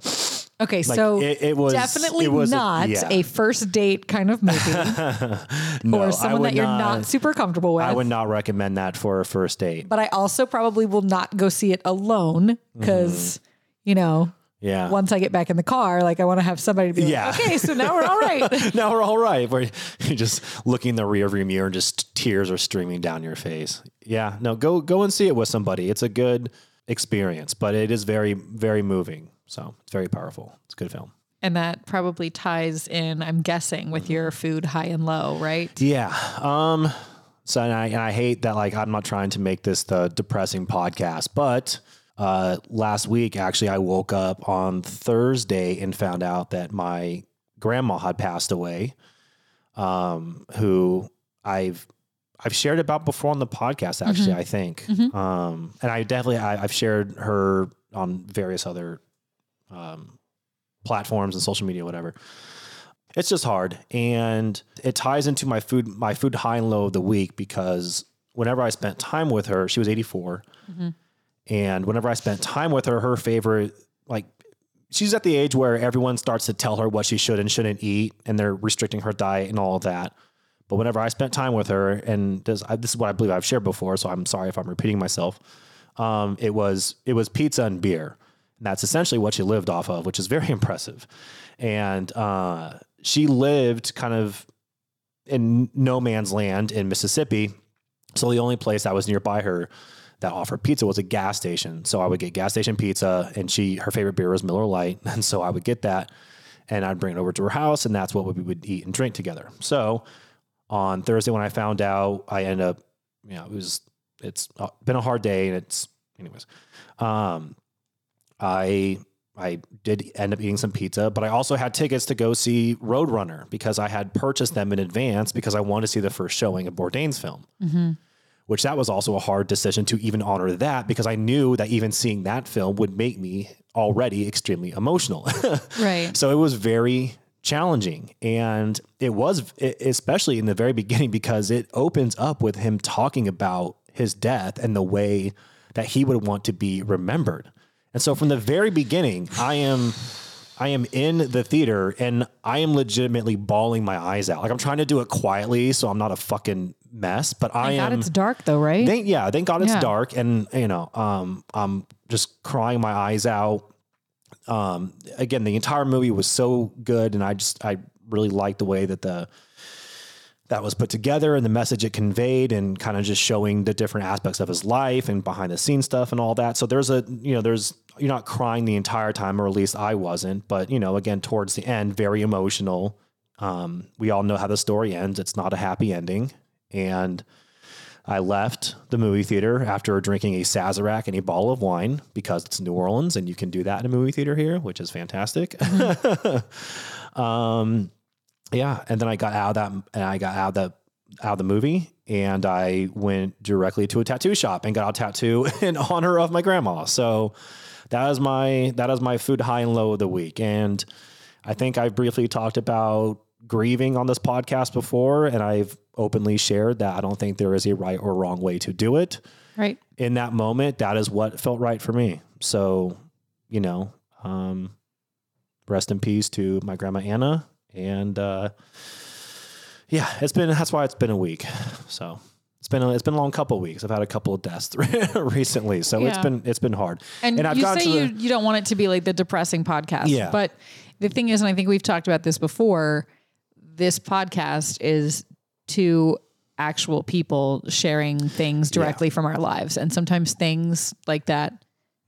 Okay, like so it, it was definitely it was a- not a, yeah. first date kind of movie no, I or someone would that you're not, super comfortable with. I would not recommend that for a first date. but I also probably will not go see it alone because you know Yeah. once I get back in the car, like I want to have somebody to be Yeah. like, okay, so now we're all right. now we're all right. Where you're just looking in the rearview mirror and just tears are streaming down your face. Yeah, no, go go and see it with somebody. It's a good experience, but it is very very moving. So it's very powerful. It's a good film. and that probably ties in, I'm guessing, with your food high and low, right? Yeah. Um. So and I and I hate that. Like I'm not trying to make this the depressing podcast, but uh, last week actually I woke up on Thursday and found out that my grandma had passed away. Um, who I've I've shared about before on the podcast. Actually, I think. Um, and I definitely I, I've shared her on various other um, platforms and social media, whatever it's just hard and it ties into my food my food high and low of the week because whenever i spent time with her she was 84 and whenever i spent time with her her favorite like she's at the age where everyone starts to tell her what she should and shouldn't eat and they're restricting her diet and all of that but whenever i spent time with her and this, I, this is what i believe i've shared before so i'm sorry if i'm repeating myself um, it was it was pizza and beer and that's essentially what she lived off of which is very impressive and uh, she lived kind of in no man's land in mississippi so the only place that was nearby her that offered pizza was a gas station. So I would get gas station pizza, and she her favorite beer was Miller Lite, and so I would get that, and I'd bring it over to her house, and that's what we would eat and drink together. So on Thursday when I found out, I ended up, you know, it was it's uh, been a hard day, and it's anyways, um, I. I did end up eating some pizza, but I also had tickets to go see Roadrunner because I had purchased them in advance because I wanted to see the first showing of Bourdain's film which that was also a hard decision to even honor that because I knew that even seeing that film would make me already extremely emotional. Right. so it was very challenging and it was e- especially in the very beginning because it opens up with him talking about his death and the way that he would want to be remembered. And so from the very beginning, I am I am in the theater and I am legitimately bawling my eyes out. Like I'm trying to do it quietly so I'm not a fucking mess, but I God, am it's dark though, right? Thank, yeah, thank God it's Yeah. dark, and you know, um, I'm just crying my eyes out. Um, again, the entire movie was so good, and I just I really liked the way that the that was put together and the message it conveyed, and kind of just showing the different aspects of his life and behind the scenes stuff and all that. So there's a you know there's you're not crying the entire time, or at least I wasn't. But you know, again, towards the end, very emotional. Um, we all know how the story ends. It's not a happy ending, and I left the movie theater after drinking a Sazerac and a bottle of wine because it's New Orleans and you can do that in a movie theater here, which is fantastic. um, yeah, and then I got out of that, and I got out of that out of the movie, and I went directly to a tattoo shop and got a tattoo in honor of my grandma. So that is my that is my food high and low of the week, and I think I've briefly talked about grieving on this podcast before, and I've openly shared that I don't think there is a right or wrong way to do it. Right. In that moment, that is what felt right for me. So, you know, um, rest in peace to my grandma Anna, and uh, yeah, it's been that's why it's been a week. So It's been a, it's been a long couple of weeks. I've had a couple of deaths recently, so it's Yeah. been it's been hard. And, I've you gone say to the- you, you don't want it to be like the depressing podcast. Yeah. But the thing is, and I think we've talked about this before, this podcast is to actual people sharing things directly from our lives. And sometimes things like that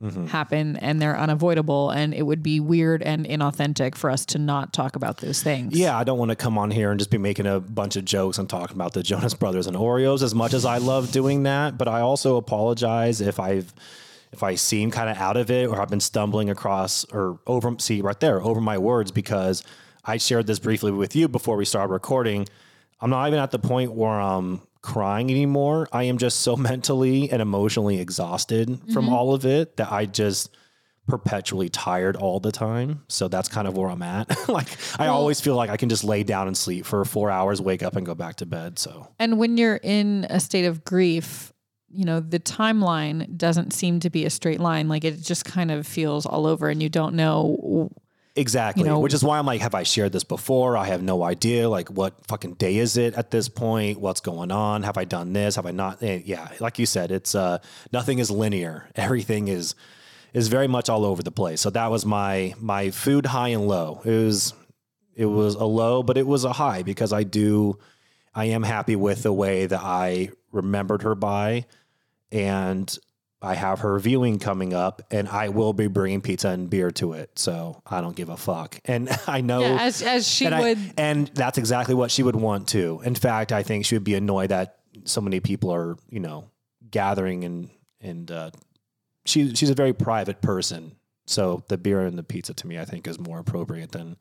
Mm-hmm. happen and they're unavoidable. And it would be weird and inauthentic for us to not talk about those things. Yeah, I don't want to come on here and just be making a bunch of jokes and talking about the Jonas Brothers and Oreos as much as I love doing that, but I also apologize if I've if I seem kind of out of it or I've been stumbling across or over see right there over my words because I shared this briefly with you before we started recording. I'm not even at the point where I'm crying anymore. I am just so mentally and emotionally exhausted from all of it that I just perpetually tired all the time. So that's kind of where I'm at. like I always feel like I can just lay down and sleep for four hours, wake up and go back to bed. So And when you're in a state of grief, you know, the timeline doesn't seem to be a straight line. Like it just kind of feels all over and you don't know exactly. You know- Which is why I'm like, have I shared this before? I have no idea. Like what fucking day is it at this point? What's going on? Have I done this? Have I not? Eh, Yeah. Like you said, it's uh nothing is linear. Everything is is very much all over the place. So that was my my food high and low. It was it was a low, but it was a high because I do I am happy with the way that I remembered her by and I have her viewing coming up and I will be bringing pizza and beer to it. So I don't give a fuck. And I know Yeah, as as she and, I- would. and that's exactly what she would want too. In fact, I think she would be annoyed that so many people are, you know, gathering and and uh, she she's a very private person. So the beer and the pizza to me, I think, is more appropriate than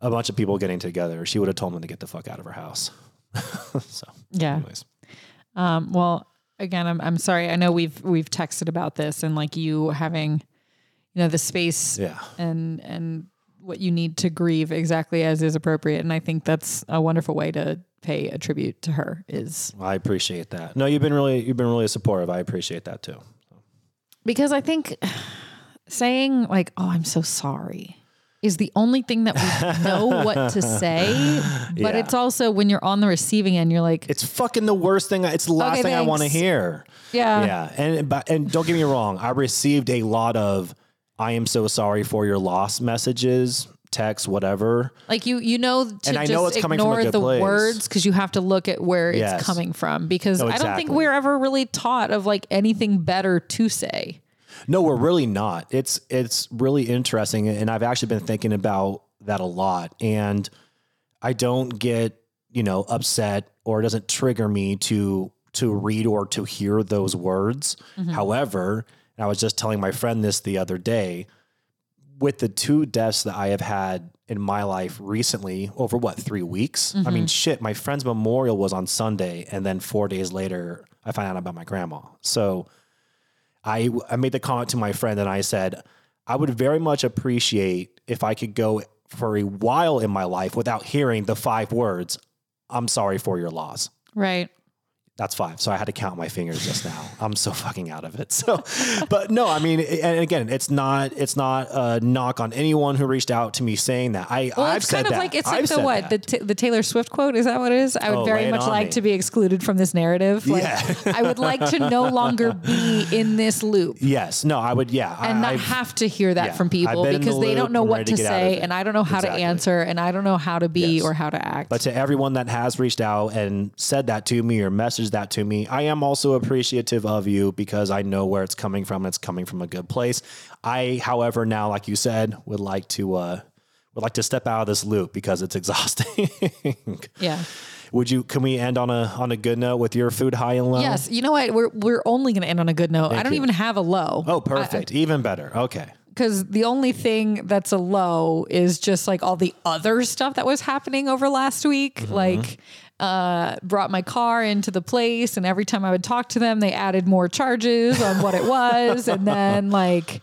a bunch of people getting together. She would have told them to get the fuck out of her house. so, yeah. anyways, Um, well, again, I'm I'm sorry. I know we've we've texted about this and like you having, you know, the space yeah, and and what you need to grieve exactly as is appropriate. And I think that's a wonderful way to pay a tribute to her. Is I appreciate that. No, you've been really you've been really supportive. I appreciate that too. because I think saying like, "Oh, I'm so sorry." Is the only thing that we know what to say, but Yeah. it's also when you're on the receiving end, you're like, It's fucking the worst thing. I- It's the last Okay, thing I want to thanks. hear. yeah, yeah, and but and don't get me wrong, I received a lot of "I am so sorry for your loss" messages, texts, whatever. Like you, you know, to And I just know it's coming from a ignore good the place. words because you have to look at where Yes. it's coming from. Because No, I don't think exactly. we're ever really taught of like anything better to say. No, we're really not. It's it's really interesting, and I've actually been thinking about that a lot. And I don't get you know upset or it doesn't trigger me to to read or to hear those words. However, and I was just telling my friend this the other day. With the two deaths that I have had in my life recently, over what three weeks? I mean, shit. My friend's memorial was on Sunday, and then four days later, I found out about my grandma. So. I, I made the comment to my friend and I said, I would very much appreciate if I could go for a while in my life without hearing the five words, I'm sorry for your loss. Right. That's five. So I had to count my fingers just now. I'm so fucking out of it. So, but no, I mean, and again, it's not, it's not a knock on anyone who reached out to me saying that. I, Well, I've it's kind said of that. like it's I've like the said what that. the, t- the Taylor Swift quote is that what it is? I would Oh, lay very it much on like me. to be excluded from this narrative. Like, Yeah. I would like to no longer be in this loop. yes. No, I would. Yeah. And I, not have to hear that yeah, from people I've been in because the they loop, don't know I'm what ready to to get out of say, it. and I don't know how Exactly. to answer, and I don't know how to be Yes. or how to act. But uh, to everyone that has reached out and said that to me or messaged that to me, I am also appreciative of you because I know where it's coming from. It's coming from a good place. I, however, now, like you said, would like to uh, would like to step out of this loop because it's exhausting. yeah. would you? Can we end on a on a good note with your food high and low? Yes, you know what? We're we're only going to end on a good note. I don't you. even have a low. Oh, perfect. Even better. Okay. because the only thing that's a low is just like all the other stuff that was happening over last week. Mm-hmm. Like, uh, brought my car into the place, and every time I would talk to them, they added more charges on what it was, and then like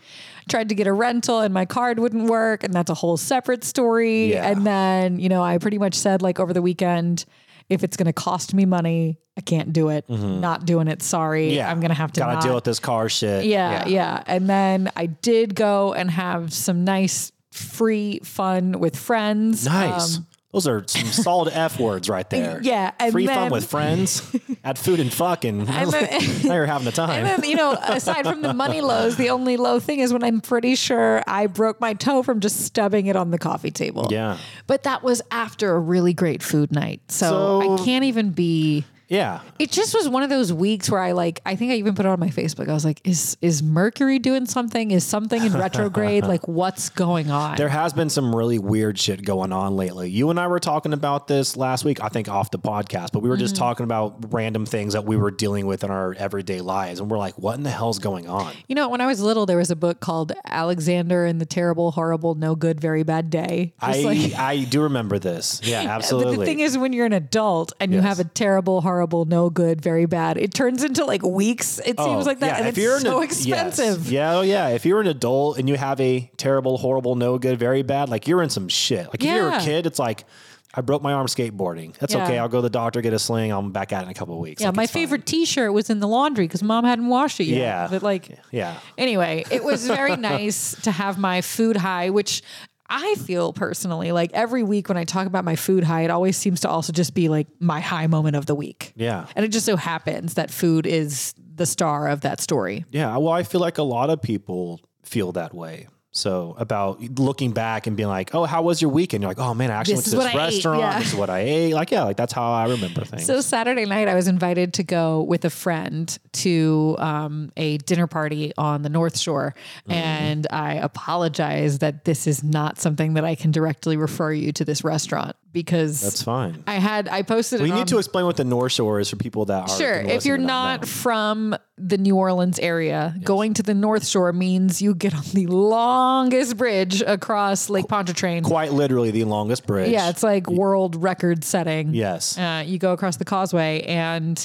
tried to get a rental and my card wouldn't work and that's a whole separate story Yeah. and then you know i pretty much said like over the weekend if it's going to cost me money i can't do it not doing it sorry Mm-hmm. Yeah. i'm going to have to gotta not deal with this car shit. yeah, yeah, And then I did go and have some nice free fun with friends. Nice. Those are some solid F words right there. Um, Yeah, and Free then- fun with friends at food and fucking. I'm a- now you're having a time. And then, you know, aside from the money lows, the only low thing is when I'm pretty sure I broke my toe from just stubbing it on the coffee table. Yeah. But that was after a really great food night. so So- I can't even be yeah. it just was one of those weeks where I like I think I even put it on my Facebook. I was like, is is Mercury doing something? Is something in retrograde? like what's going on? There has been some really weird shit going on lately. You and I were talking about this last week, I think off the podcast, but we were Mm-hmm. just talking about random things that we were dealing with in our everyday lives. And we're like, what in the hell's going on? you know, when I was little, there was a book called Alexander and the Terrible, Horrible, No Good, Very Bad Day. I, Just like- I do remember this. Yeah, But the absolutely. thing is, when you're an adult and you Yes. have a terrible, horrible, no good, very bad, it turns into like weeks. Oh, It seems like that, and it's an so ad- expensive. Yes. Yeah, oh yeah. If you're an adult and you have a terrible, horrible, no good, very bad, like you're in some shit. Like if you're a Yeah. kid, it's like I broke my arm skateboarding. That's Yeah. okay. I'll go to the doctor, get a sling. I'm back at it in a couple of weeks. Yeah, Like, my it's fine. favorite T-shirt was in the laundry because mom hadn't washed it yet. Yeah. but like, Yeah. anyway, it was very nice to have my food high, which. I feel personally like every week when I talk about my food high, it always seems to also just be like my high moment of the week. Yeah. And it just so happens that food is the star of that story. Yeah. Well, I feel like a lot of people feel that way. So about looking back and being like, oh, how was your weekend? You're like, oh man, I actually This is went what to this I ate. restaurant. Yeah. This is what I ate. Like, yeah, like that's how I remember things. So Saturday night, I was invited to go with a friend to um, a dinner party on the North Shore, Mm. and I apologize that this is not something that I can directly refer you to this restaurant because That's fine. I had I posted. We it on- need to explain what the North Shore is for people that are Sure. If you're not from the New Orleans area, going to the North Shore means you get on the longest bridge across Lake Pontchartrain. quite literally the longest bridge. Yeah, it's like world record setting. Yes. Uh, you go across the causeway, and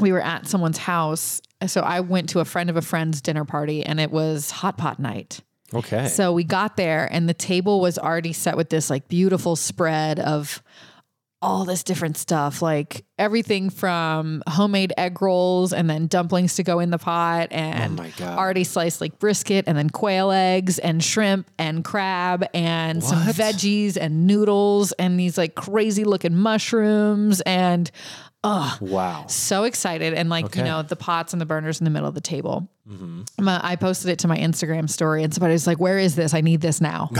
we were at someone's house. So I went to a friend of a friend's dinner party, and it was hot pot night. Okay. So we got there, and the table was already set with this like beautiful spread of all this different stuff, like everything from homemade egg rolls and then dumplings to go in the pot, and Oh my God. already sliced like brisket and then quail eggs and shrimp and crab and some What? veggies and noodles and these like crazy looking mushrooms and wow. so excited and like you Okay. Mm-hmm. know the pots and the burners in the middle of the table My- i posted it to my instagram story and somebody was like where is this i need this now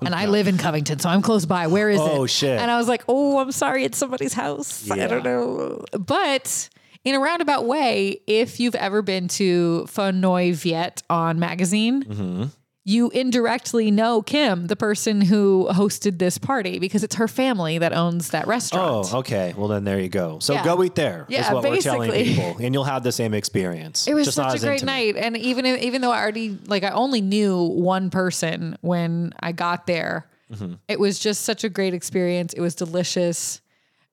and i live in covington so i'm close by where is it Oh, shit. and i was like oh i'm sorry it's somebody's house i Yeah. don't know but in a roundabout way if you've ever been to fun noi viet on magazine Mm-hmm. you indirectly know kim the person who hosted this party because it's her family that owns that restaurant Oh, okay. Well, then there you go. So Yeah. go eat there. is Yeah, what we're telling basically. people, and you'll have the same experience. It was Just not such a as great intimate. night, and even if- even though I already like I only knew one person when I got there, Mm-hmm. it was just such a great experience. It was delicious,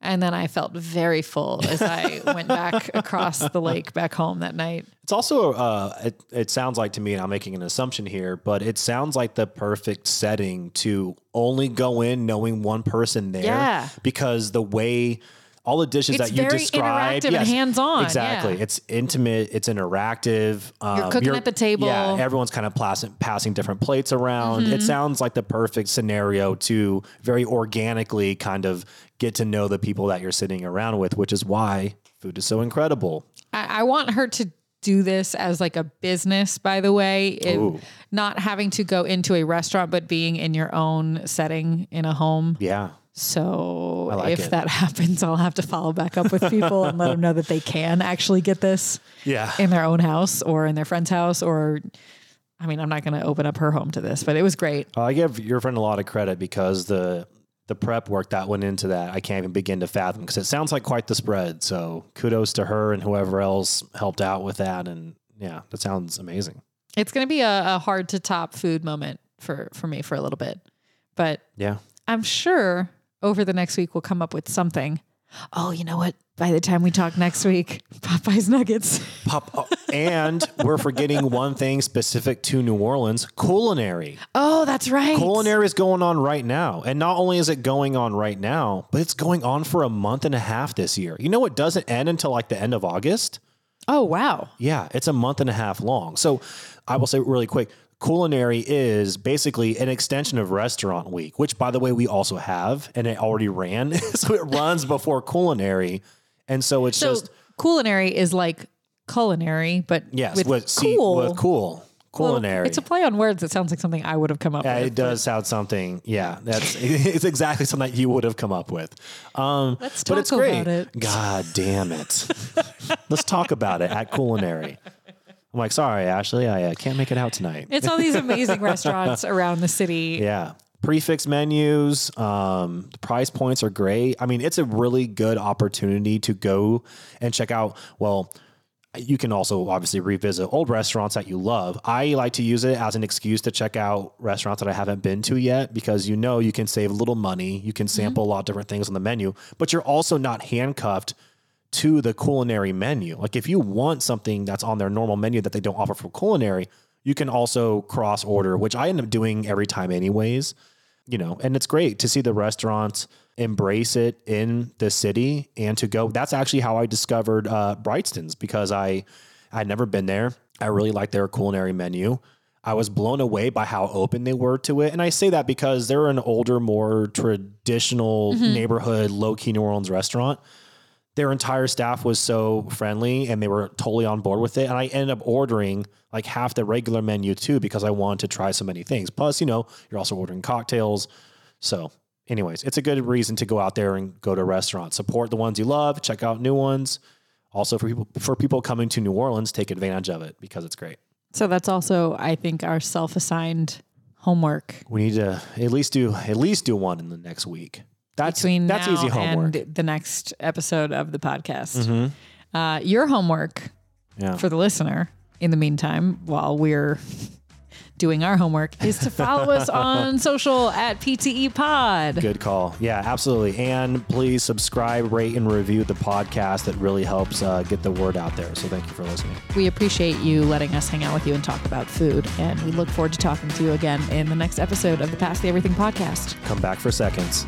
and then I felt very full as I went back across the lake back home that night. It's also, uh, it, it sounds like to me, and I'm making an assumption here, but it sounds like the perfect setting to only go in knowing one person there. Yeah. Because the way all the dishes It's that you very described, interactive and hands-on, yeah. Exactly. It's intimate. It's interactive. Um, cooking at the table. Mm-hmm. Yeah. Everyone's kind of plas- passing different plates around. It sounds like the perfect scenario to very organically kind of get to know the people that you're sitting around with, which is why food is so incredible. I, I want her to do this as like a business by the way if- Ooh. not having to go into a restaurant but being in your own setting in a home Yeah. So like if it. that happens, I'll have to follow back up with people and let them know that they can actually get this Yeah. in their own house or in their friend's house. Or, I mean, I'm not going to open up her home to this, but it was great. Uh, I give your friend a lot of credit because the the prep work that went into that I can't even begin to fathom because it sounds like quite the spread. So kudos to her and whoever else helped out with that. And yeah, that sounds amazing. It's going to be a, a hard to top food moment for for me for a little bit, but Yeah. I'm sure over the next week we'll come up with something. Oh, you know what? By the time we talk next week, Popeye's Nuggets. Pop. oh, and we're forgetting one thing specific to New Orleans: culinary. Oh, that's right. Culinary is going on right now, and not only is it going on right now, but it's going on for a month and a half this year. You know what doesn't end until like the end of August? Oh, wow. Yeah, it's a month and a half long. So I will say really quick culinary is basically an extension of restaurant week, which by the way, we also have and it already ran. so it runs before culinary. And so it's So just, culinary is like culinary, but yes, with with, see, cool. with cool, Well, culinary. it's a play on words that sounds like something I would have come up Yeah, with. it does sound something. Yeah, that's it's exactly something that you would have come up with. Um, Let's but talk it's great. about it. God damn it! Let's talk about it at culinary. I'm like, sorry, Ashley, I uh, can't make it out tonight. It's all these amazing restaurants around the city. yeah, prefix menus. Um, the price points are great. I mean, it's a really good opportunity to go and check out. Well. You can also obviously revisit old restaurants that you love. I like to use it as an excuse to check out restaurants that I haven't been to yet because you know you can save a little money, you can sample a lot of different things on the menu, but you're also not handcuffed to the culinary menu. Like if you want something that's on their normal menu that they don't offer for culinary, you can also cross order, which I end up doing every time anyways you know, and it's great to see the restaurants embrace it in the city and to go. That's actually how I discovered uh, Brightston's because I I'd never been there. I really liked their culinary menu. I was blown away by how open they were to it, and I say that because they're an older, more traditional neighborhood, low key New Orleans restaurant. Their entire staff was so friendly, and they were totally on board with it. And I ended up ordering like half the regular menu too because I wanted to try so many things. Plus, you know, you're also ordering cocktails, so, anyways, it's a good reason to go out there and go to restaurants. Support the ones you love, check out new ones. Also for people for people coming to New Orleans, take advantage of it because it's great. So that's also, I think, our self-assigned homework We need to at least do at least do one in the next week. That's between that's now easy homework. Mm-hmm. and the next episode of the podcast. Uh, your homework Yeah. for the listener, in the meantime, while we're doing our homework, is to follow us on social at PTE Pod. Good call. Yeah, absolutely. And please subscribe, rate, and review the podcast. That really helps uh, get the word out there. So thank you for listening. We appreciate you letting us hang out with you and talk about food. And we look forward to talking to you again in the next episode of the Pass the Everything podcast. Come back for seconds.